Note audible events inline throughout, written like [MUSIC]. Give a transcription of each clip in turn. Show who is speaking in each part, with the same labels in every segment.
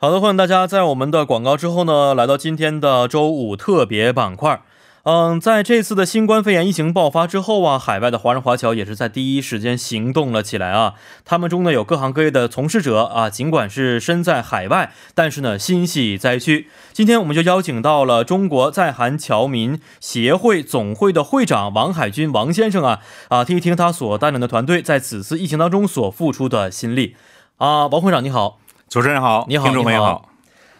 Speaker 1: 好的，欢迎大家在我们的广告之后呢，来到今天的周五特别板块。嗯，在这次的新冠肺炎疫情爆发之后啊，海外的华人华侨也是在第一时间行动了起来啊。他们中呢有各行各业的从事者啊，尽管是身在海外，但是呢心系灾区。今天我们就邀请到了中国在韩侨民协会总会的会长王海军王先生啊啊，听一听他所带领的团队在此次疫情当中所付出的心力啊。王会长你好。
Speaker 2: 主持人好，
Speaker 1: 你好
Speaker 2: 听众朋友
Speaker 1: 你好。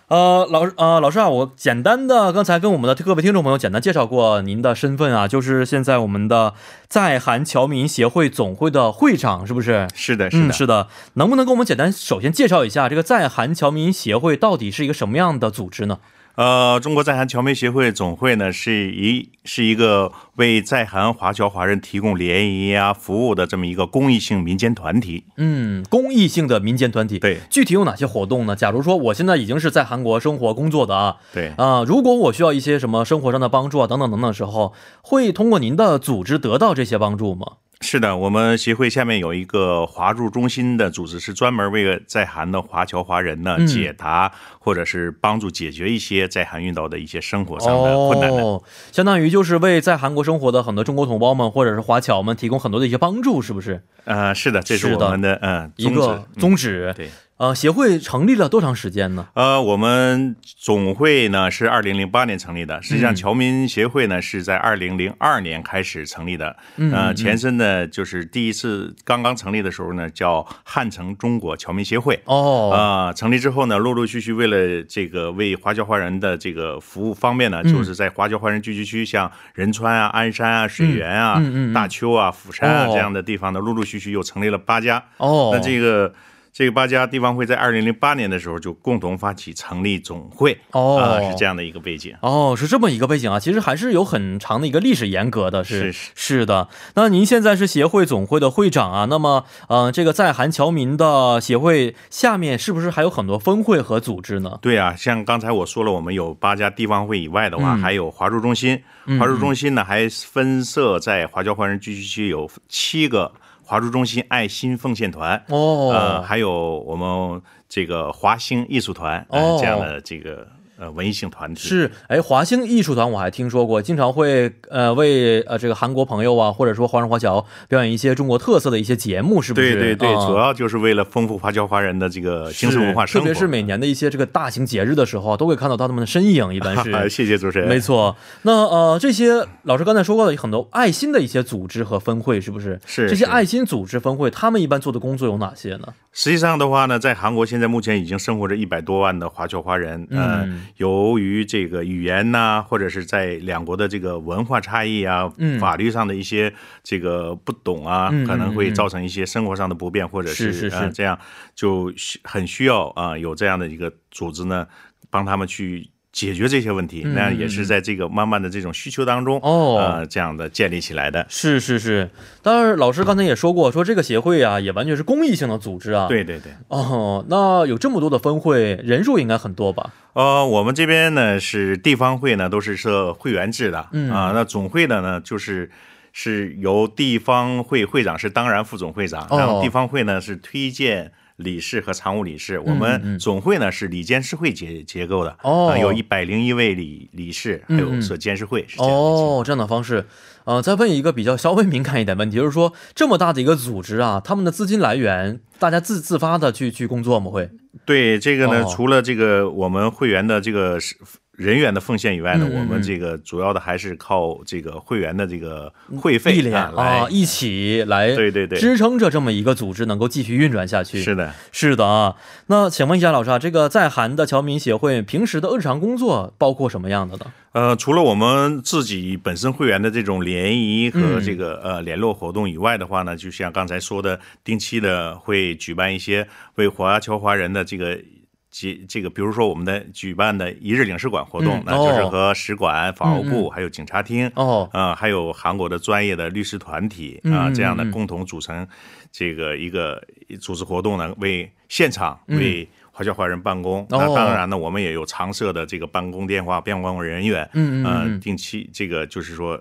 Speaker 1: 呃，老师呃，老师啊，我简单的刚才跟我们的各位听众朋友简单介绍过您的身份啊，就是现在我们的在韩侨民协会总会的会长，是不是？
Speaker 2: 是的，是
Speaker 1: 嗯，
Speaker 2: 的，
Speaker 1: 是的。能不能给我们简单首先介绍一下这个在韩侨民协会到底是一个什么样的组织呢？
Speaker 2: 呃，中国在韩侨媒协会总会呢，是一是一个为在韩华侨华人提供联谊啊服务的这么一个公益性民间团体。
Speaker 1: 嗯，公益性的民间团体。
Speaker 2: 对
Speaker 1: 具体有哪些活动呢？假如说我现在已经是在韩国生活工作的啊，
Speaker 2: 对，
Speaker 1: 啊、如果我需要一些什么生活上的帮助啊，等等等等的时候，会通过您的组织得到这些帮助吗？
Speaker 2: 是的，我们协会下面有一个华驻中心的组织，是专门为在韩的华侨华人呢、
Speaker 1: 嗯
Speaker 2: 解答或者是帮助解决一些在韩遇到的一些生活上的困难的。
Speaker 1: 哦，相当于就是为在韩国生活的很多中国同胞们或者是华侨们提供很多的一些帮助，是不是？
Speaker 2: 呃，是的，这
Speaker 1: 是
Speaker 2: 是
Speaker 1: 的
Speaker 2: 我们的嗯
Speaker 1: 一
Speaker 2: 宗旨
Speaker 1: 个。宗旨。
Speaker 2: 对。
Speaker 1: 呃，协会成立了多长时间呢？
Speaker 2: 呃，我们总会呢是二零零八年成立的，实际上侨民协会呢是在二零零二年开始成立的。嗯，呃，前身呢就是第一次刚刚成立的时候呢叫汉城中国侨民协会。
Speaker 1: 哦，
Speaker 2: 啊、成立之后呢，陆陆续续为了这个为华侨华人的这个服务方面呢，就是在华侨华人聚居区，像仁川啊、鞍山啊、水源啊、大邱啊、釜山啊、
Speaker 1: 哦
Speaker 2: 这样的地方呢，陆陆续续又成立了八家。
Speaker 1: 哦，
Speaker 2: 啊那这个这个八家地方会在二零零八年的时候就共同发起成立总会，
Speaker 1: 哦
Speaker 2: 啊是这样的一个背景。
Speaker 1: 哦，是这么一个背景啊，其实还是有很长的一个历史沿革的，是
Speaker 2: 是是
Speaker 1: 的。那您现在是协会总会的会长啊，那么，呃，这个在韩侨民的协会下面是不是还有很多分会和组织呢？
Speaker 2: 对啊，像刚才我说了，我们有八家地方会以外的
Speaker 1: 嗯
Speaker 2: 话，还有华驻中心。华驻中心呢，还分设在华侨华人聚居区有七个华驻中心爱心奉献团，
Speaker 1: 哦，
Speaker 2: 呃，还有我们这个华兴艺术团，呃
Speaker 1: 哦
Speaker 2: 这样的这个呃文艺性团体。
Speaker 1: 是，哎，华兴艺术团我还听说过，经常会呃为呃这个韩国朋友啊，或者说华人华侨表演一些中国特色的一些节目，是不
Speaker 2: 对
Speaker 1: 是？
Speaker 2: 对对，
Speaker 1: 啊
Speaker 2: 主要就是为了丰富华侨华人的这个精神文化
Speaker 1: 是
Speaker 2: 生活。
Speaker 1: 特别是每年的一些这个大型节日的时候啊，都会看到他们的身影，一般
Speaker 2: 啊
Speaker 1: 是。
Speaker 2: [LAUGHS] 谢谢主持人。
Speaker 1: 没错，那呃，这些老师刚才说过的很多爱心的一些组织和分会，是不是？
Speaker 2: 是
Speaker 1: 这些
Speaker 2: 是
Speaker 1: 爱心组织分会，他们一般做的工作有哪些呢？
Speaker 2: 实际上的话呢，在韩国现在目前已经生活着一百多万的华侨华人。呃
Speaker 1: 嗯
Speaker 2: 由于这个语言呐、或者是在两国的这个文化差异啊，
Speaker 1: 嗯
Speaker 2: 法律上的一些这个不懂啊，
Speaker 1: 嗯嗯
Speaker 2: 可能会造成一些生活上的不便，或者是
Speaker 1: 是是
Speaker 2: 呃
Speaker 1: 是
Speaker 2: 这样就需很需要啊、有这样的一个组织呢，帮他们去。解决这些问
Speaker 1: 嗯
Speaker 2: 题，那也是在这个慢慢的这种需求当中，
Speaker 1: 哦
Speaker 2: 呃，这样的建立起来的。
Speaker 1: 是是是，当然老师刚才也说过，说这个协会啊，也完全是公益性的组织啊。
Speaker 2: 对对对。
Speaker 1: 哦，那有这么多的分会，人数应该很多吧？
Speaker 2: 呃，我们这边呢是地方会呢都是设会员制的，嗯啊、那总会的呢就是是由地方会会长是当然副总会长，
Speaker 1: 哦
Speaker 2: 然后地方会呢是推荐。理事和常务理
Speaker 1: 嗯
Speaker 2: 事，我们总会呢是理监事会结结构的，
Speaker 1: 哦嗯
Speaker 2: 啊有一百零一位理理事，还有设监事会是这样的一个情况。
Speaker 1: 哦，这样的方式。呃，再问一个比较稍微敏感一点的问题，就是说这么大的一个组织啊，他们的资金来源，大家自自发的去去工作吗？会？
Speaker 2: 对这个呢，
Speaker 1: 哦
Speaker 2: 除了这个我们会员的这个是人员的奉献以外呢，
Speaker 1: 嗯嗯嗯
Speaker 2: 我们这个主要的还是靠这个会员的这个会费
Speaker 1: 力量
Speaker 2: 啊来
Speaker 1: 啊，一起来，
Speaker 2: 对对对
Speaker 1: 支撑着这么一个组织能够继续运转下去。
Speaker 2: 是的，
Speaker 1: 是的啊。那请问一下老师啊，这个在韩的侨民协会平时的日常工作包括什么样的呢？
Speaker 2: 呃，除了我们自己本身会员的这种联谊和这个、呃联络活动以外的话呢，就像刚才说的，定期的会举办一些为华侨华人的这个。这这个，比如说我们的举办的一日领事馆活动
Speaker 1: 嗯，
Speaker 2: 那就是
Speaker 1: 哦
Speaker 2: 和使馆、法务部、还有警察厅，
Speaker 1: 哦，
Speaker 2: 啊、还有韩国的专业的律师团体
Speaker 1: 嗯
Speaker 2: 啊、
Speaker 1: 嗯
Speaker 2: 这样
Speaker 1: 嗯
Speaker 2: 的共同组成这个一个组织活动呢，为现场为华侨华人办公。那
Speaker 1: 嗯哦
Speaker 2: 当然呢，我们也有常设的这个办公电话、办公人员，
Speaker 1: 嗯嗯
Speaker 2: 呃
Speaker 1: 嗯
Speaker 2: 定期这个就是说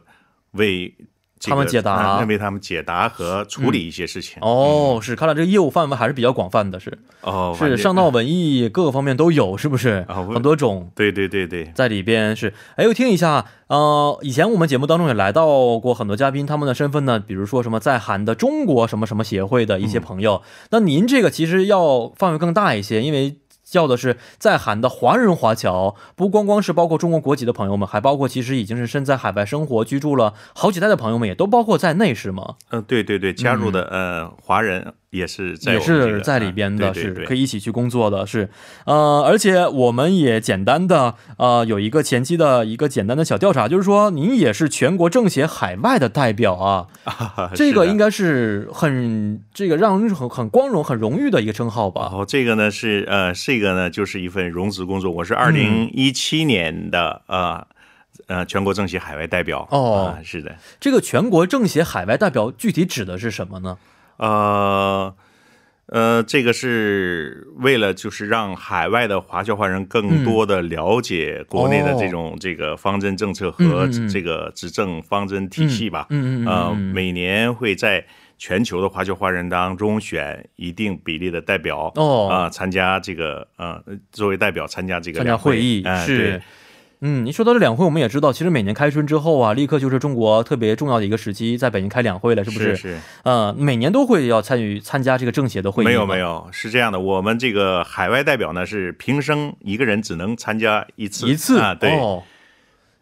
Speaker 2: 为这个
Speaker 1: 他们解答嗯
Speaker 2: 啊为他们解答和处理一些事情。
Speaker 1: 哦，是，看来这个业务范围还是比较广泛的，是
Speaker 2: 哦反
Speaker 1: 是
Speaker 2: 正
Speaker 1: 上到文艺各个方面都有，是不是？
Speaker 2: 啊我
Speaker 1: 很多种
Speaker 2: 对对对对，
Speaker 1: 在里边是。哎，我听一下，呃，以前我们节目当中也来到过很多嘉宾，他们的身份呢，比如说什么在韩的中国什么什么协会的一
Speaker 2: 嗯
Speaker 1: 些朋友。那您这个其实要范围更大一些，因为。叫的是在韩的华人华侨，不光光是包括中国国籍的朋友们，还包括其实已经是身在海外生活居住了好几代的朋友们，也都包括在内，是吗？
Speaker 2: 嗯、对对对，加入的、呃华人也是
Speaker 1: 嗯
Speaker 2: 在
Speaker 1: 也
Speaker 2: 我们这
Speaker 1: 是
Speaker 2: 个
Speaker 1: 在里边的，
Speaker 2: 嗯对对
Speaker 1: 是
Speaker 2: 对
Speaker 1: 可以一起去工作的，是，呃，而且我们也简单的，呃，有一个前期的一个简单的小调查，就是说您也是全国政协海外的代表啊，这个应
Speaker 2: 该。
Speaker 1: 该是很这个让人很很光荣、很荣誉的一个称号
Speaker 2: 然
Speaker 1: 吧？
Speaker 2: 后啊这个呢是呃，这个呢就是一份融资工作。我是二
Speaker 1: 嗯
Speaker 2: 零一七年的、呃呃全国政协海外代表。
Speaker 1: 哦
Speaker 2: 啊是的，
Speaker 1: 这个全国政协海外代表具体指的是什么呢？
Speaker 2: 呃呃，这个是为了就是让海外的华侨华人更多的
Speaker 1: 嗯
Speaker 2: 了解国内的这种这个方针政策和
Speaker 1: 哦嗯嗯嗯
Speaker 2: 这个执政方针体系吧。
Speaker 1: 嗯嗯嗯
Speaker 2: 呃，
Speaker 1: 嗯
Speaker 2: 每年会在全球的华侨华人当中选一定比例的代表
Speaker 1: 哦
Speaker 2: 啊、参加这个呃作为代表参加这个
Speaker 1: 参加
Speaker 2: 两会
Speaker 1: 会议、
Speaker 2: 哎对
Speaker 1: 是。嗯，一说到这两会，我们也知道，其实每年开春之后啊，立刻就是中国特别重要的一个时期，在北京开两会了，是不
Speaker 2: 是
Speaker 1: 呃，每年都会要参与参加这个政协的会议吗。
Speaker 2: 没有没有，是这样的，我们这个海外代表呢是平生一个人只能参加一次
Speaker 1: 一次
Speaker 2: 啊，对、
Speaker 1: 哦。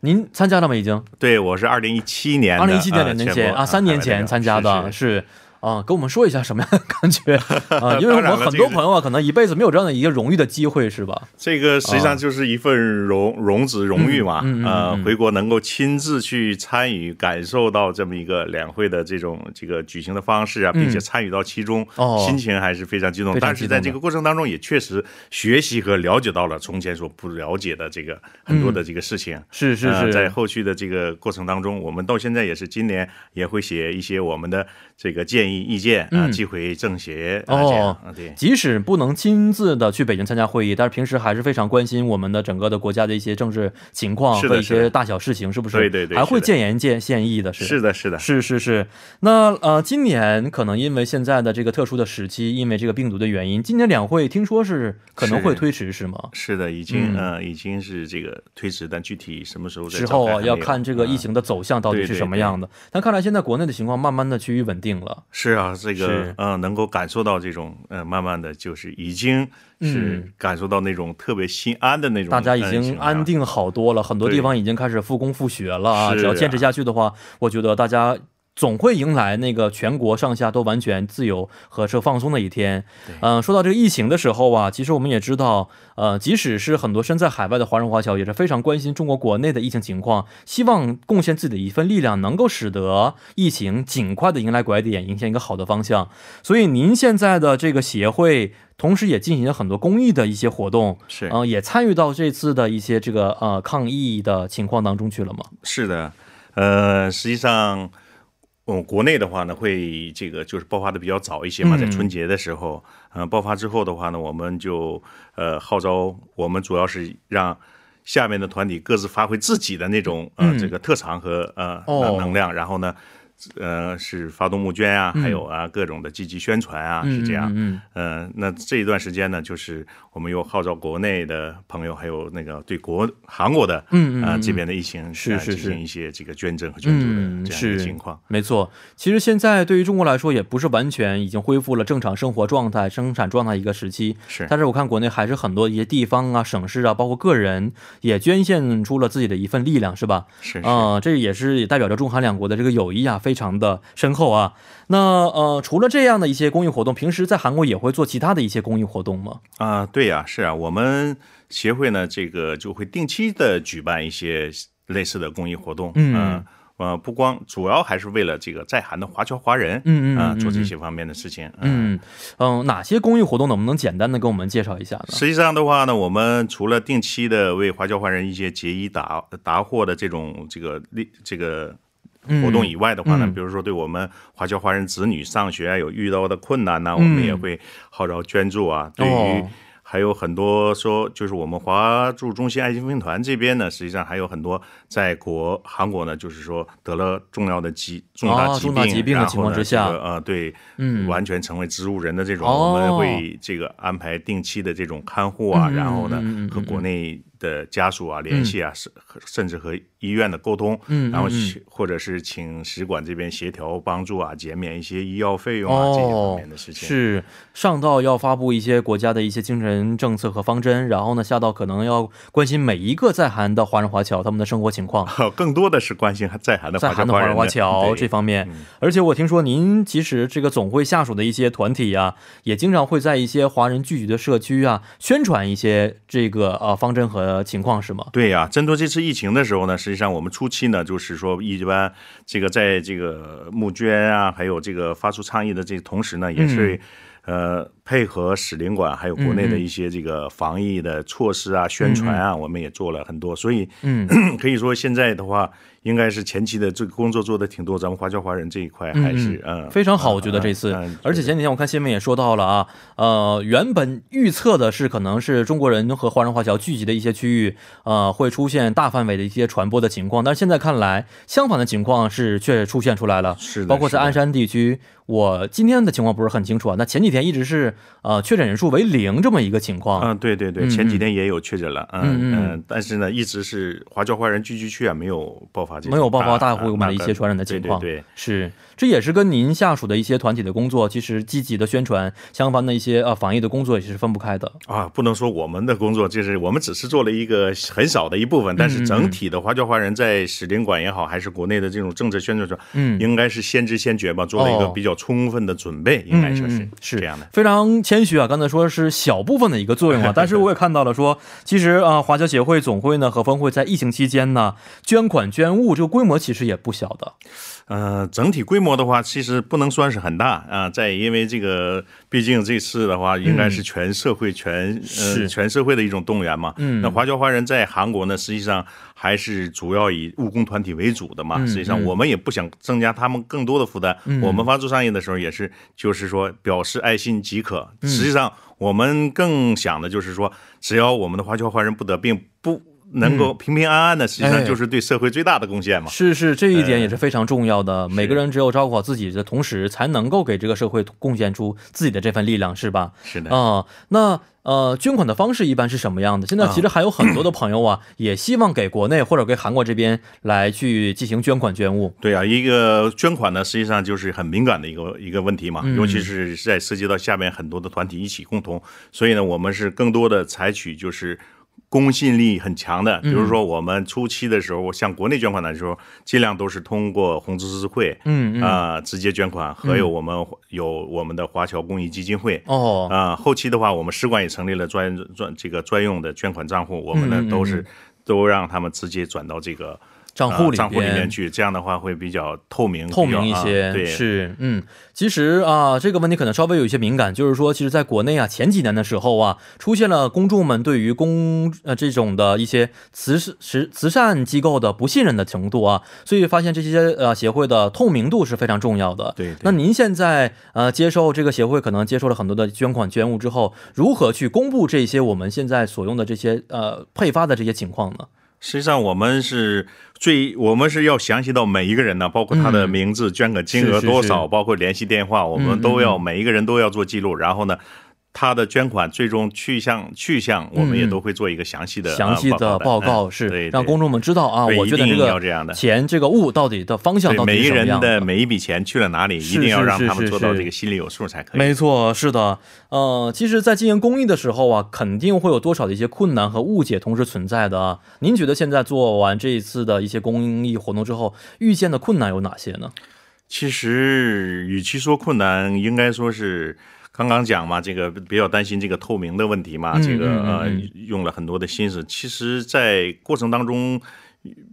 Speaker 1: 您参加了吗？已经
Speaker 2: 对，我是二零一七年的，
Speaker 1: 二零一七年两
Speaker 2: 呃
Speaker 1: 年
Speaker 2: 全
Speaker 1: 前
Speaker 2: 国
Speaker 1: 啊，三年
Speaker 2: 海外代
Speaker 1: 前
Speaker 2: 表
Speaker 1: 参加的，
Speaker 2: 是是
Speaker 1: 是啊，跟我们说一下什么样的感
Speaker 2: [LAUGHS]
Speaker 1: 觉啊？因为我
Speaker 2: 当然了
Speaker 1: 很
Speaker 2: 这
Speaker 1: 多
Speaker 2: 个是
Speaker 1: 朋友啊，可能一辈子没有这样的一个荣誉的机会，是吧？
Speaker 2: 这个实际上就是一份荣荣职荣誉嘛，
Speaker 1: 啊嗯嗯嗯
Speaker 2: 呃，回国能够亲自去参与，感受到这么一个两会的这种这个举行的方式啊，并且参与到其中，
Speaker 1: 嗯哦
Speaker 2: 心情还是非常激动。
Speaker 1: 非常
Speaker 2: 但
Speaker 1: 激动的
Speaker 2: 是在这个过程当中，也确实学习和了解到了从前所不了解的这个很多的这个事情。
Speaker 1: 是是
Speaker 2: 呃
Speaker 1: 是，
Speaker 2: 在后续的这个过程当中，我们到现在也是今年也会写一些我们的这个建议意见啊，
Speaker 1: 嗯
Speaker 2: 寄回政协啊，
Speaker 1: 哦
Speaker 2: 这样啊对。
Speaker 1: 即使不能亲自的去北京参加会议，但是平时还是非常关心我们的整个的国家的一些政治情况
Speaker 2: 是
Speaker 1: 和
Speaker 2: 的
Speaker 1: 一
Speaker 2: 是
Speaker 1: 些
Speaker 2: 的
Speaker 1: 大小事情，是不是？
Speaker 2: 对对对
Speaker 1: 还会
Speaker 2: 是的
Speaker 1: 建言建建议的是，
Speaker 2: 是的，是的，
Speaker 1: 是是是，那呃，今年可能因为现在的这个特殊的时期，因为这个病毒的原因，今年两会听说是可能会推迟，是吗？
Speaker 2: 是的，已经、
Speaker 1: 嗯
Speaker 2: 呃，已经是这个推迟，但具体什么时候再
Speaker 1: 之后
Speaker 2: 召
Speaker 1: 啊，
Speaker 2: 开
Speaker 1: 要
Speaker 2: 还没有
Speaker 1: 看这个疫、
Speaker 2: 嗯
Speaker 1: 情的走向到底
Speaker 2: 对
Speaker 1: 是
Speaker 2: 对
Speaker 1: 什么
Speaker 2: 对
Speaker 1: 样的。但看来现在国内的情况慢慢的趋于稳定了。
Speaker 2: 是啊，这
Speaker 1: 是
Speaker 2: 个呃，能够感受到这种呃，慢慢的就是已经是
Speaker 1: 嗯
Speaker 2: 感受到那种特别心安的那种，呃
Speaker 1: 大
Speaker 2: 啊
Speaker 1: 家已经安。定好多了，很多地方已经开始复工复学了啊！
Speaker 2: 是
Speaker 1: 只要坚
Speaker 2: 啊
Speaker 1: 持下去的话，我觉得大家总会迎来那个全国上下都完全自由和这放松的一天。嗯、说到这个疫情的时候啊，其实我们也知道，呃，即使是很多身在海外的华人华侨，也是非常关心中国国内的疫情情况，希望贡献自己的一份力量，能够使得疫情尽快的迎来拐点，迎向一个好的方向。所以您现在的这个协会，同时也进行了很多公益的一些活动，
Speaker 2: 是
Speaker 1: 呃，也参与到这次的一些这个呃抗议的情况当中去了吗？
Speaker 2: 是的，呃，实际上，嗯，国内的话呢，会这个就是爆发的比较早一些
Speaker 1: 嗯
Speaker 2: 嘛，在春节的时候，嗯、爆发之后的话呢，我们就呃号召，我们主要是让。下面的团体各自发挥自己的那种呃、
Speaker 1: 嗯
Speaker 2: 这个特长和呃、
Speaker 1: 哦
Speaker 2: 能量，然后呢，呃是发动募捐啊，还有啊各种的积极宣传啊，是这样。
Speaker 1: 嗯嗯，嗯
Speaker 2: 嗯，那这一段时间呢，就是我们又号召国内的朋友，还有那个对国韩国的，
Speaker 1: 嗯嗯
Speaker 2: 啊、
Speaker 1: 嗯
Speaker 2: 这边的疫情
Speaker 1: 是
Speaker 2: 呃
Speaker 1: 是
Speaker 2: 进
Speaker 1: 是
Speaker 2: 行一些这个捐赠和捐助
Speaker 1: 嗯，
Speaker 2: 的这样
Speaker 1: 是
Speaker 2: 一个情况。
Speaker 1: 没错。其实现在对于中国来说，也不是完全已经恢复了正常生活状态、生产状态一个时期。
Speaker 2: 是
Speaker 1: 但是我看国内还是很多一些地方啊、省市啊，包括个人也捐献出了自己的一份力量，是吧？
Speaker 2: 是是
Speaker 1: 啊、这也是也代表着中韩两国的这个友谊啊，非常的深厚啊。那呃，除了这样的一些公益活动，平时在韩国也会做其他的一些公益活动吗？
Speaker 2: 啊、对呀、是啊，我们协会呢，这个就会定期的举办一些类似的公益活动，
Speaker 1: 嗯
Speaker 2: 呃呃，不光主要还是为了这个在韩的华侨华人，
Speaker 1: 嗯嗯
Speaker 2: 啊、
Speaker 1: 嗯
Speaker 2: 做
Speaker 1: 嗯
Speaker 2: 这
Speaker 1: 嗯
Speaker 2: 些方面的事情，嗯
Speaker 1: 嗯嗯、哪些公益活动能不能简单的给我们介绍一下呢？
Speaker 2: 实际上的话呢，我们除了定期的为华侨华人一些节衣达达货的这种这个力这个。活动以外的话呢，
Speaker 1: 嗯
Speaker 2: 比如说对我们华侨华人子女上学啊有遇到的困难呢、我们也会号召捐助啊。对于
Speaker 1: 嗯哦
Speaker 2: 还有很多说，就是我们华驻中心爱心分团这边呢，实际上还有很多在国韩国呢，就是说得了重要的疾重大
Speaker 1: 哦
Speaker 2: 疾
Speaker 1: 重
Speaker 2: 病，啊
Speaker 1: 大疾病的
Speaker 2: 然
Speaker 1: 情
Speaker 2: 后
Speaker 1: 况
Speaker 2: 呢
Speaker 1: 之下
Speaker 2: 这个呃，对，
Speaker 1: 嗯
Speaker 2: 完全成为植物人的这种，
Speaker 1: 哦
Speaker 2: 我们会这个安排定期的这种看护啊，
Speaker 1: 嗯
Speaker 2: 然后呢
Speaker 1: 嗯嗯嗯嗯
Speaker 2: 和国内的家属啊联系啊，甚、甚至和医院的沟通，
Speaker 1: 嗯嗯
Speaker 2: 然后
Speaker 1: 嗯
Speaker 2: 去或者是请使馆这边协调帮助啊，减免一些医药费用啊、这些
Speaker 1: 哦
Speaker 2: 方面的事情。 [LAUGHS]
Speaker 1: 是上到要发布一些国家的一些精神政策和方针，然后呢，下到可能要关心每一个在韩的华人华侨他们的生活情况，
Speaker 2: 更多的是关心 [LAUGHS] 在韩的
Speaker 1: 在
Speaker 2: 华
Speaker 1: 韩
Speaker 2: 侨
Speaker 1: 的华
Speaker 2: 人
Speaker 1: 人华侨
Speaker 2: 对嗯
Speaker 1: 这方面。而且我听说您其实这个总会下属的一些团体呀、也经常会在一些华人聚集的社区啊，宣传一些这个呃方针和情况，是吗？
Speaker 2: 对呀、针对这次疫情的时候呢，实际上我们初期呢，就是说一般这个在这个募捐啊，还有这个发出倡议的这同时呢，也
Speaker 1: 嗯
Speaker 2: 是、呃配合使领馆还有国内的一些这个防疫的措施啊、宣传
Speaker 1: 嗯
Speaker 2: 啊，我们也做了很多。所以，嗯， [CLEARS THROAT] 可以说现在的话，应该是前期的这个工作做的挺多，咱们华侨华人这一块还是嗯
Speaker 1: 非常好，我觉得这次
Speaker 2: 嗯嗯，
Speaker 1: 而且前几天我看新闻也说到了啊，呃，原本预测的是可能是中国人和华人华侨聚集的一些区域，呃，会出现大范围的一些传播的情况，但是现在看来，相反的情况是却出现出来了，
Speaker 2: 是的
Speaker 1: 包括在
Speaker 2: 是的
Speaker 1: 鞍山地区，我今天的情况不是很清楚啊，那前几天一直是呃确诊人数为零这么一个情况，
Speaker 2: 嗯，对对对，
Speaker 1: 嗯
Speaker 2: 前几天也有确诊了，
Speaker 1: 嗯
Speaker 2: 嗯
Speaker 1: 嗯
Speaker 2: 但是呢，一直是华侨华人聚居区啊，没有爆发这种
Speaker 1: 没有爆发大
Speaker 2: 大
Speaker 1: 规模的一些传染的
Speaker 2: 对
Speaker 1: 情
Speaker 2: 对
Speaker 1: 况，
Speaker 2: 对，
Speaker 1: 是，这也是跟您下属的一些团体的工作，其实积极的宣传相关的一些呃防疫的工作也是分不开的。
Speaker 2: 啊，不能说我们的工作，就是我们只是做了一个很少的一部分，
Speaker 1: 嗯
Speaker 2: 但是整体的华侨华人在使领馆也好，还是国内的这种政策宣传上，
Speaker 1: 嗯
Speaker 2: 应该是先知先觉吧，做了一个
Speaker 1: 哦
Speaker 2: 比较充分的准备，应该说是
Speaker 1: 嗯是
Speaker 2: 这样的。
Speaker 1: 非常谦虚啊，刚才说是小部分的一个作用
Speaker 2: [LAUGHS]
Speaker 1: 啊，但是我也看到了说，其实啊，华侨协会总会呢和分会在疫情期间呢捐款捐物这个规模其实也不小的。
Speaker 2: 呃，整体规模的话，其实不能算是很大啊、在因为这个，毕竟这次的话，应该是全社会、全
Speaker 1: 嗯是
Speaker 2: 呃全社会的一种动员嘛。
Speaker 1: 嗯
Speaker 2: 那华侨华人在韩国呢，实际上还是主要以务工团体为主的嘛。
Speaker 1: 嗯
Speaker 2: 实际上，我们也不想增加他们更多的负担。
Speaker 1: 嗯
Speaker 2: 我们发出倡议的时候，也是就是说表示爱心即可。
Speaker 1: 嗯
Speaker 2: 实际上，我们更想的就是说，只要我们的华侨华人不得病，不能够平平安安的，实际
Speaker 1: 嗯哎
Speaker 2: 上就是对社会最大的贡献嘛。
Speaker 1: 是是，这一点也是非常重要的。每个人只有照顾好自己的同时，才能够给这个社会贡献出自己的这份力量，是吧？
Speaker 2: 是的。
Speaker 1: 啊、那呃，捐款的方式一般是什么样的？现
Speaker 2: 啊
Speaker 1: 在其实还有很多的朋友啊，也希望给国内或者给韩国这边来去进行捐款捐物。
Speaker 2: 对啊，一个捐款呢，实际上就是很敏感的一个一个问题嘛，
Speaker 1: 嗯
Speaker 2: 尤其是在涉及到下面很多的团体一起共同，所以呢，我们是更多的采取就是。公信力很强的，
Speaker 1: 嗯
Speaker 2: 比如说我们初期的时候，向国内捐款的时候，尽量都是通过红十字会，
Speaker 1: 嗯
Speaker 2: 啊、直接捐款，还有我们、有我们的华侨公益基金会，
Speaker 1: 哦，
Speaker 2: 啊、后期的话，我们使馆也成立了专专这个专用的捐款账户，我们呢
Speaker 1: 嗯嗯
Speaker 2: 都是都让他们直接转到这个
Speaker 1: 账户里
Speaker 2: 呃账户里
Speaker 1: 边
Speaker 2: 面去，这样的话会比较透明，
Speaker 1: 透明
Speaker 2: 比
Speaker 1: 一
Speaker 2: 较
Speaker 1: 些，
Speaker 2: 啊、对，
Speaker 1: 是，嗯，其实啊，这个问题可能稍微有一些敏感，就是说，其实在国内啊，前几年的时候啊，出现了公众们对于公呃这种的一些慈慈慈善机构的不信任的程度啊，所以发现这些呃协会的透明度是非常重要的。
Speaker 2: 对对
Speaker 1: 那您现在呃接受这个协会可能接受了很多的捐款捐物之后，如何去公布这些我们现在所用的这些呃配发的这些情况呢？
Speaker 2: 实际上，我们是最，我们是要详细到每一个人呢，包括他的名字、捐款金额多
Speaker 1: 嗯是是
Speaker 2: 少，
Speaker 1: 是嗯
Speaker 2: 包括联系电话，我们都要每一个人都要做记录。然后呢，他的捐款最终去向去向，我们也都会做一个详细的、
Speaker 1: 嗯
Speaker 2: 呃
Speaker 1: 详细的报告
Speaker 2: 嗯
Speaker 1: 是、
Speaker 2: 对对
Speaker 1: 让公众们知道啊，
Speaker 2: 对
Speaker 1: 我觉得
Speaker 2: 一
Speaker 1: 这
Speaker 2: 定要这样
Speaker 1: 个
Speaker 2: 的
Speaker 1: 钱这个物到底的方向
Speaker 2: 对
Speaker 1: 到
Speaker 2: 每
Speaker 1: 底
Speaker 2: 一
Speaker 1: 是什么
Speaker 2: 人
Speaker 1: 样
Speaker 2: 的。每一笔钱去了哪里，
Speaker 1: 是
Speaker 2: 一定要
Speaker 1: 是
Speaker 2: 让
Speaker 1: 是
Speaker 2: 他们
Speaker 1: 是
Speaker 2: 做到
Speaker 1: 是
Speaker 2: 这个心里有数才可以。
Speaker 1: 没错，是的，呃，其实，在进行公益的时候啊，肯定会有多少的一些困难和误解同时存在的啊。您觉得现在做完这一次的一些公益活动之后，遇见的困难有哪些呢？
Speaker 2: 其实，与其说困难，应该说是刚刚讲嘛，这个比较担心这个透明的问题嘛，
Speaker 1: 嗯
Speaker 2: 这个
Speaker 1: 嗯
Speaker 2: 呃
Speaker 1: 嗯
Speaker 2: 用了很多的心思。其实，在过程当中，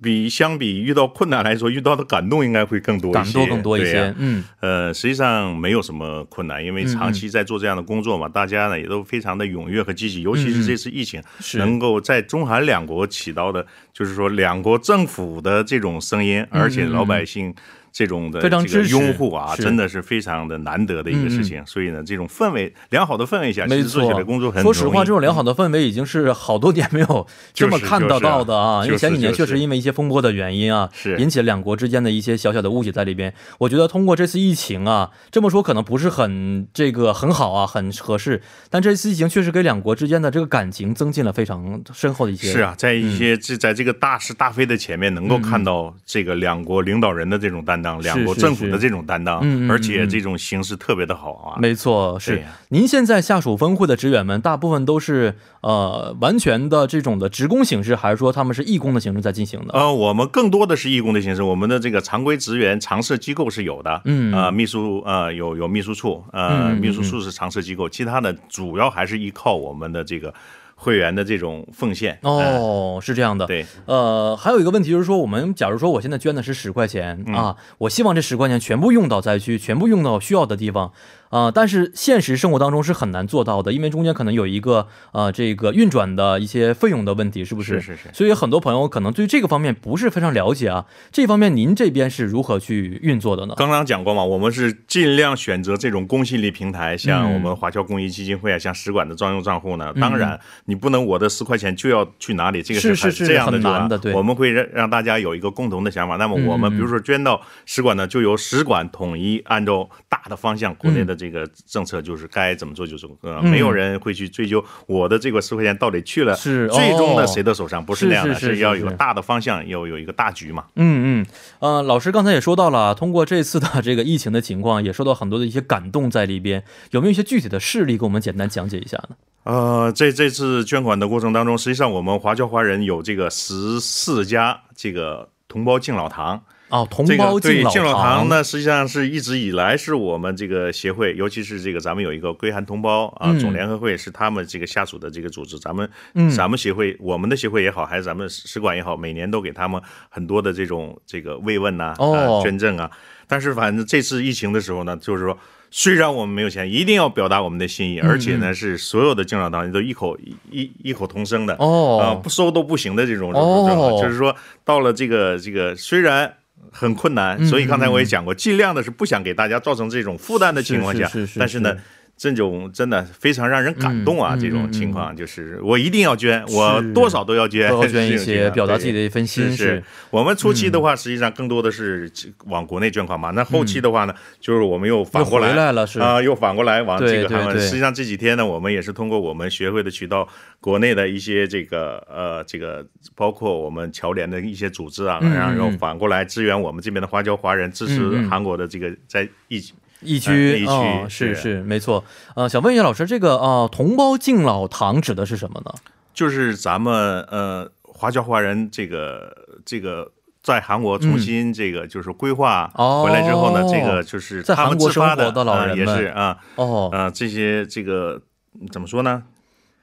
Speaker 2: 比相比遇到困难来说，遇到的感动应该会更多一些，
Speaker 1: 感动更多一
Speaker 2: 对呀
Speaker 1: 些，嗯，
Speaker 2: 呃，实际上没有什么困难，因为长期在做这样的工作嘛，大家呢也都非常的踊跃和积极，尤
Speaker 1: 嗯
Speaker 2: 其是这次疫情，
Speaker 1: 是
Speaker 2: 能够在中韩
Speaker 1: 嗯
Speaker 2: 两国起到的，就是说两国政府的这种声音，而且老百姓这种的
Speaker 1: 非常
Speaker 2: 这个
Speaker 1: 支持
Speaker 2: 拥护啊，
Speaker 1: 是嗯
Speaker 2: 真的是非常的难得的一个事情。所以呢，这种氛围良好的氛围下，其
Speaker 1: 没
Speaker 2: 实做起
Speaker 1: 错
Speaker 2: 来工作很，
Speaker 1: 说实
Speaker 2: 容易嗯
Speaker 1: 话，这种良好的氛围已经是好多年没有这么看得到的啊。因
Speaker 2: 就是就是
Speaker 1: 为前几年
Speaker 2: 就是
Speaker 1: 确实因为一些风波的原因啊，
Speaker 2: 是
Speaker 1: 引起了两国之间的一些小小的误解在里边。我觉得通过这次疫情啊，这么说可能不是很这个很好啊，很合适。但这次疫情确实给两国之间的这个感情增进了非常深厚的一些。
Speaker 2: 是啊，在
Speaker 1: 嗯
Speaker 2: 一些这在这个大是大非的前面，能够看到这个两国领导人的这种担当，两国
Speaker 1: 是
Speaker 2: 政府
Speaker 1: 是
Speaker 2: 的这种担当
Speaker 1: 嗯嗯，
Speaker 2: 而且这种形势特别的好啊。
Speaker 1: 没错，
Speaker 2: 对
Speaker 1: 是
Speaker 2: 呀
Speaker 1: 您现在下属分会的职员们，大部分都是呃完全的这种的职工形式，还是说他们是义工的形式在进行的？
Speaker 2: 呃，我们更多的是义工的形式，我们的这个常规职员、常设机构是有的，
Speaker 1: 嗯
Speaker 2: 呃，秘书呃有有秘书处，呃，
Speaker 1: 嗯嗯嗯
Speaker 2: 秘书处是常设机构，其他的主要还是依靠我们的这个会员的这种奉献。呃，
Speaker 1: 哦，是这样的。
Speaker 2: 对，
Speaker 1: 呃，还有一个问题就是说，我们假如说我现在捐的是十块钱、
Speaker 2: 嗯
Speaker 1: 啊，我希望这十块钱全部用到灾区，全部用到需要的地方啊、但是现实生活当中是很难做到的，因为中间可能有一个呃这个运转的一些费用的问题，是不是？
Speaker 2: 是是是
Speaker 1: 所以很多朋友可能对这个方面不是非常了解啊，这方面您这边是如何去运作的呢？
Speaker 2: 刚刚讲过嘛，我们是尽量选择这种公信力平台，像
Speaker 1: 嗯
Speaker 2: 我们华侨公益基金会啊，像使馆的专用账户呢。当然，你不能我的十块钱就要去哪里，这个
Speaker 1: 是
Speaker 2: 很
Speaker 1: 是是
Speaker 2: 这样的
Speaker 1: 很
Speaker 2: 对吧
Speaker 1: 难的对
Speaker 2: 我们会让让大家有一个共同的想法。那么我们
Speaker 1: 嗯嗯
Speaker 2: 比如说捐到使馆呢，就由使馆统一按照大的方向，国内的这个政策就是该怎么做就怎么做，呃
Speaker 1: 嗯
Speaker 2: 没有人会去追究我的这个十块钱到底去了，
Speaker 1: 是
Speaker 2: 最终
Speaker 1: 哦
Speaker 2: 的谁的手上，不
Speaker 1: 是
Speaker 2: 那样的，
Speaker 1: 是是是
Speaker 2: 要有个
Speaker 1: 是
Speaker 2: 大的方向，要有一个大局嘛。
Speaker 1: 嗯嗯，呃，老师刚才也说到了，通过这次的这个疫情的情况，也受到很多的一些感动在里边，有没有一些具体的事例给我们简单讲解一下呢？
Speaker 2: 呃，在这次捐款的过程当中，实际上我们华侨华人有这个十四家这个同胞敬老堂，
Speaker 1: 哦，同
Speaker 2: 这
Speaker 1: 胞
Speaker 2: 个对
Speaker 1: 敬
Speaker 2: 敬老
Speaker 1: 堂
Speaker 2: 堂呢，实际上是一直以来是我们这个协会，尤其是这个咱们有一个归韩同胞啊、
Speaker 1: 嗯
Speaker 2: 总联合会，是他们这个下属的这个组织，咱们、
Speaker 1: 嗯
Speaker 2: 咱们协会，我们的协会也好，还是咱们使馆也好，每年都给他们很多的这种这个慰问呐、啊、
Speaker 1: 哦
Speaker 2: 捐赠啊。但是反正这次疫情的时候呢，就是说。虽然我们没有钱，一定要表达我们的心意，
Speaker 1: 嗯
Speaker 2: 而且呢，是所有的敬老堂都一口一一一口同声的
Speaker 1: 哦
Speaker 2: 啊、不收都不行的这种，
Speaker 1: 哦
Speaker 2: 就是就是说到了这个这个虽然。很困
Speaker 1: 嗯
Speaker 2: 难，所以刚才我也讲过，尽量的是不想给大家造成这种负担的情况下，
Speaker 1: 是是是是
Speaker 2: 但是呢
Speaker 1: 是，
Speaker 2: 这种真的非常让人感动啊！
Speaker 1: 嗯嗯
Speaker 2: 这种情况就是我一定要捐，我多少都要捐，
Speaker 1: 都要捐一
Speaker 2: [LAUGHS] 这种情
Speaker 1: 些，
Speaker 2: 况
Speaker 1: 表达自己的
Speaker 2: 对
Speaker 1: 一份心
Speaker 2: 是是
Speaker 1: 事。
Speaker 2: 我们初期
Speaker 1: 嗯
Speaker 2: 的话，实际上更多的是往国内捐款嘛。那后期的话呢，就是我们又反过
Speaker 1: 又回来了是
Speaker 2: 啊，又反过来往这
Speaker 1: 对
Speaker 2: 个
Speaker 1: 对
Speaker 2: 韩文。
Speaker 1: 对
Speaker 2: 实际上这几天呢，我们也是通过我们学会的渠道，国内的一些这个呃这个，包括我们侨联的一些组织啊，
Speaker 1: 嗯嗯
Speaker 2: 然后反过来支援我们这边的华侨华人，支
Speaker 1: 嗯
Speaker 2: 持
Speaker 1: 嗯
Speaker 2: 韩国的这个在疫情。
Speaker 1: 疫区，
Speaker 2: 哎疫区
Speaker 1: 哦是
Speaker 2: 是
Speaker 1: 是没错。呃，想问一下老师，这个啊、呃同胞敬老堂指的是什么呢？
Speaker 2: 就是咱们呃华侨华人这个这个在韩国重新这个就是规划
Speaker 1: 嗯哦
Speaker 2: 回来之后呢，这个就是
Speaker 1: 在
Speaker 2: 他
Speaker 1: 韩
Speaker 2: 们
Speaker 1: 国
Speaker 2: 自发
Speaker 1: 生活的老
Speaker 2: 啊
Speaker 1: 人
Speaker 2: 也
Speaker 1: 们
Speaker 2: 是啊
Speaker 1: 哦，
Speaker 2: 啊这些这个嗯怎么说呢？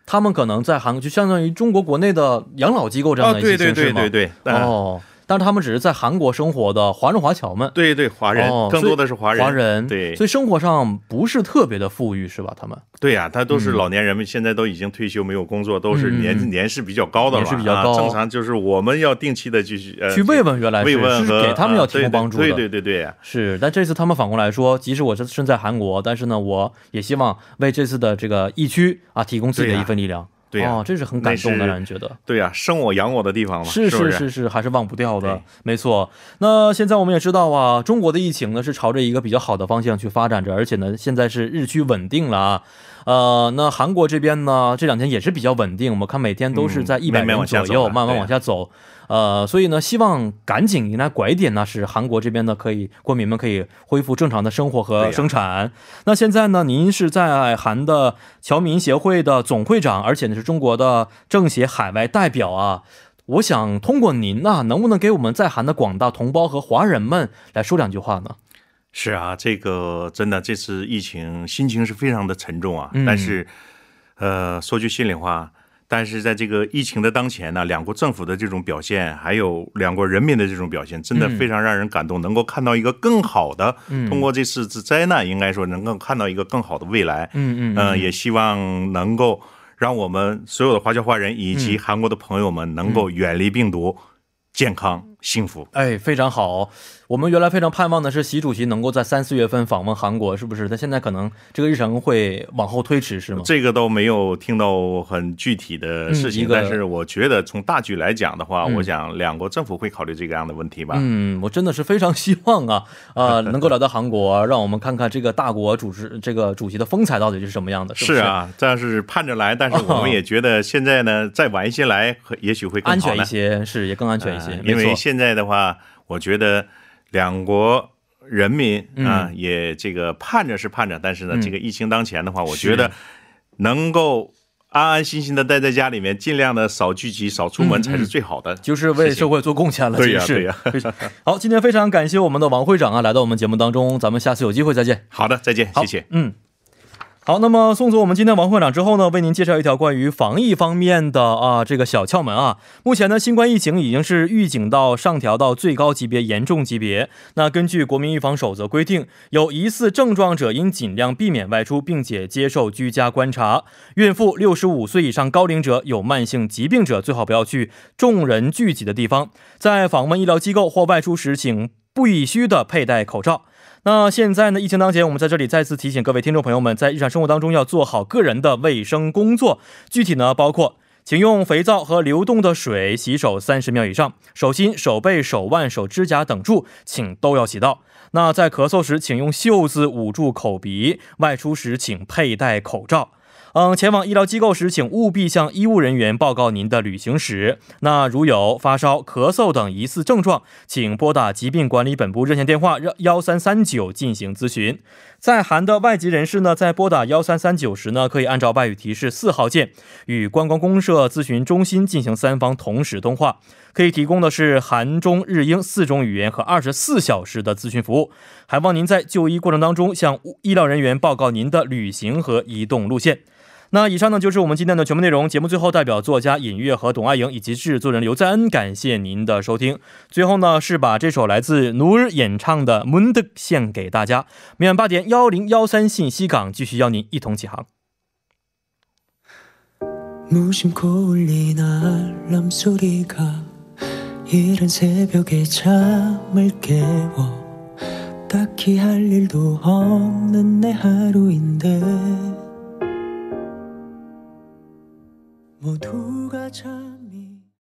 Speaker 1: 他们可能在韩国，就相当于中国国内的养老机构这样
Speaker 2: 哦，
Speaker 1: 的一些
Speaker 2: 对
Speaker 1: 形
Speaker 2: 对
Speaker 1: 式
Speaker 2: 对
Speaker 1: 吗？
Speaker 2: 对对，啊
Speaker 1: 哦，但是他们只是在韩国生活的华人华侨们。
Speaker 2: 对对华人
Speaker 1: 哦，
Speaker 2: 更
Speaker 1: 所以
Speaker 2: 多的是华人，
Speaker 1: 华人
Speaker 2: 对
Speaker 1: 所以生活上不是特别的富裕，是吧？他们
Speaker 2: 对呀、他都是老年人们，现在都已经退休，没有工作，都是
Speaker 1: 嗯嗯嗯
Speaker 2: 年、
Speaker 1: 嗯
Speaker 2: 年事比较高的了，
Speaker 1: 年事比较高
Speaker 2: 啊。正常就是我们要定期的去呃
Speaker 1: 去慰问原来是
Speaker 2: 慰问
Speaker 1: 是
Speaker 2: 和
Speaker 1: 给他们要提供
Speaker 2: 呃对对
Speaker 1: 帮助的
Speaker 2: 对对对对呀
Speaker 1: 是，但这次他们反过来说，即使我是身在韩国，但是呢，我也希望为这次的这个疫区啊提供自己的一份力量。
Speaker 2: 对呀
Speaker 1: 哦，这是很感动的，
Speaker 2: 那是
Speaker 1: 让人觉得。
Speaker 2: 对呀、生我养我的地方嘛，
Speaker 1: 是
Speaker 2: 不
Speaker 1: 是
Speaker 2: 是？
Speaker 1: 是是，还是忘不掉的
Speaker 2: 对，
Speaker 1: 没错。那现在我们也知道啊，中国的疫情呢是朝着一个比较好的方向去发展着，而且呢现在是日趋稳定了啊。呃，那韩国这边呢这两天也是比较稳定，我们看每天都是在一
Speaker 2: 嗯
Speaker 1: 百
Speaker 2: 慢慢
Speaker 1: 人
Speaker 2: 往
Speaker 1: 左
Speaker 2: 下
Speaker 1: 右，
Speaker 2: 走了
Speaker 1: 慢慢往下走。呃，所以呢，希望赶紧迎来拐点呢，使韩国这边呢可以国民们可以恢复正常的生活
Speaker 2: 对
Speaker 1: 和
Speaker 2: 呀
Speaker 1: 生产。那现在呢，您是在呃韩的侨民协会的总会长，而且呢是中国的政协海外代表啊。我想通过您呐、能不能给我们在韩的广大同胞和华人们来说两句话呢？
Speaker 2: 是啊，这个真的这次疫情心情是非常的沉重啊。
Speaker 1: 嗯
Speaker 2: 但是，呃，说句心里话，但是在这个疫情的当前呢，两国政府的这种表现，还有两国人民的这种表现，真的非常让人感动。能够看到一个更好的，通过这次之灾难，应该说能够看到一个更好的未来。
Speaker 1: 嗯嗯
Speaker 2: 嗯、也希望能够让我们所有的华侨华人以及韩国的朋友们能够远离病毒，健康幸福。
Speaker 1: 哎，非常好。我们原来非常盼望的是习主席能够在三四月份访问韩国，是不是？但现在可能这个日程会往后推迟，是吗？
Speaker 2: 这个都没有听到很具体的事
Speaker 1: 嗯嗯一
Speaker 2: 情，
Speaker 1: 个
Speaker 2: 但是我觉得从大局来讲的话，
Speaker 1: 嗯
Speaker 2: 我想两国政府会考虑这个样的问题吧。
Speaker 1: 嗯，我真的是非常希望啊，呃，能够聊到韩国，让我们看看这个大国主持这个主席的风采到底是什么样的，
Speaker 2: 是
Speaker 1: 不是？
Speaker 2: 啊，但是盼着来，但是我们也觉得现在呢，再晚一些来，和也许会更
Speaker 1: 安
Speaker 2: 好
Speaker 1: 全一
Speaker 2: 呢。
Speaker 1: 些，是也更安全一些，
Speaker 2: 啊
Speaker 1: 没
Speaker 2: 因为
Speaker 1: 错。
Speaker 2: 现在的话，我觉得两国人民
Speaker 1: 嗯
Speaker 2: 啊、也这个盼着是盼着，但是呢，这个疫情当前的话，我觉得能够安安心心的待在家里面，尽量的少聚集、少出
Speaker 1: 嗯
Speaker 2: 门才是最好的。
Speaker 1: 就是为社会做贡献了，
Speaker 2: 对呀
Speaker 1: 真是
Speaker 2: 对呀
Speaker 1: 非常好，今天非常感谢我们的王会长啊，来到我们节目当中，咱们下次有机会再见。
Speaker 2: 好的，再见，
Speaker 1: 好
Speaker 2: 谢谢。
Speaker 1: 嗯，好，那么送走我们今天王会长之后呢，为您介绍一条关于防疫方面的啊这个小窍门啊。目前呢，新冠疫情已经是预警到上调到最高级别严重级别。那根据国民预防守则规定，有疑似症状者应尽量避免外出，并且接受居家观察。孕妇、六十五岁以上高龄者、有慢性疾病者，最好不要去众人聚集的地方。在访问医疗机构或外出时，请必须的佩戴口罩。那现在呢？疫情当前，我们在这里再次提醒各位听众朋友们，在日常生活当中要做好个人的卫生工作。具体呢，包括请用肥皂和流动的水洗手三十秒以上，手心、手背、手腕、手指甲等处请都要洗到。那在咳嗽时，请用袖子捂住口鼻；外出时，请佩戴口罩。嗯，前往医疗机构时，请务必向医务人员报告您的旅行史。那如有发烧、咳嗽等疑似症状，请拨打疾病管理本部热线电话幺三三九进行咨询。在韩的外籍人士呢，在拨打幺三三九时呢，可以按照外语提示四号键与观光公社咨询中心进行三方同时通话，可以提供的是韩中日英四种语言和二十四小时的咨询服务。还望您在就医过程当中向医疗人员报告您的旅行和移动路线。那以上呢就是我们今天的全部内容。节目最后，代表作家尹月和董爱颖以及制作人刘在恩，感谢您的收听。最后呢，是把这首来自努尔演唱的《Mund》献给大家。每晚八点幺零幺三信息港继续邀您一同起航。
Speaker 3: 무심코 울린 알람 소리가 이른 새벽에 잠을 깨워 딱히 할 일도 없는 내 하루인데 모두가 참